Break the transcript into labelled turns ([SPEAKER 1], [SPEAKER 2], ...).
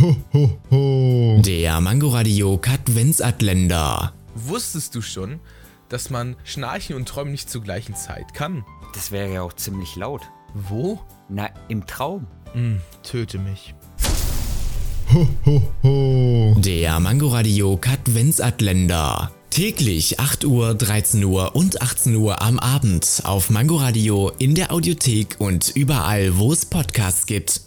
[SPEAKER 1] Ho, ho, ho.
[SPEAKER 2] Der Mangoradio Katwensatländer.
[SPEAKER 3] Wusstest du schon, dass man schnarchen und träumen nicht zur gleichen Zeit kann?
[SPEAKER 4] Das wäre ja auch ziemlich laut.
[SPEAKER 3] Wo?
[SPEAKER 4] Na, im Traum.
[SPEAKER 3] Hm, töte mich.
[SPEAKER 1] Ho, ho, ho.
[SPEAKER 2] Der Mangoradio Katwensatländer. Täglich 8 Uhr, 13 Uhr und 18 Uhr am Abend auf Mangoradio in der Audiothek und überall, wo es Podcasts gibt.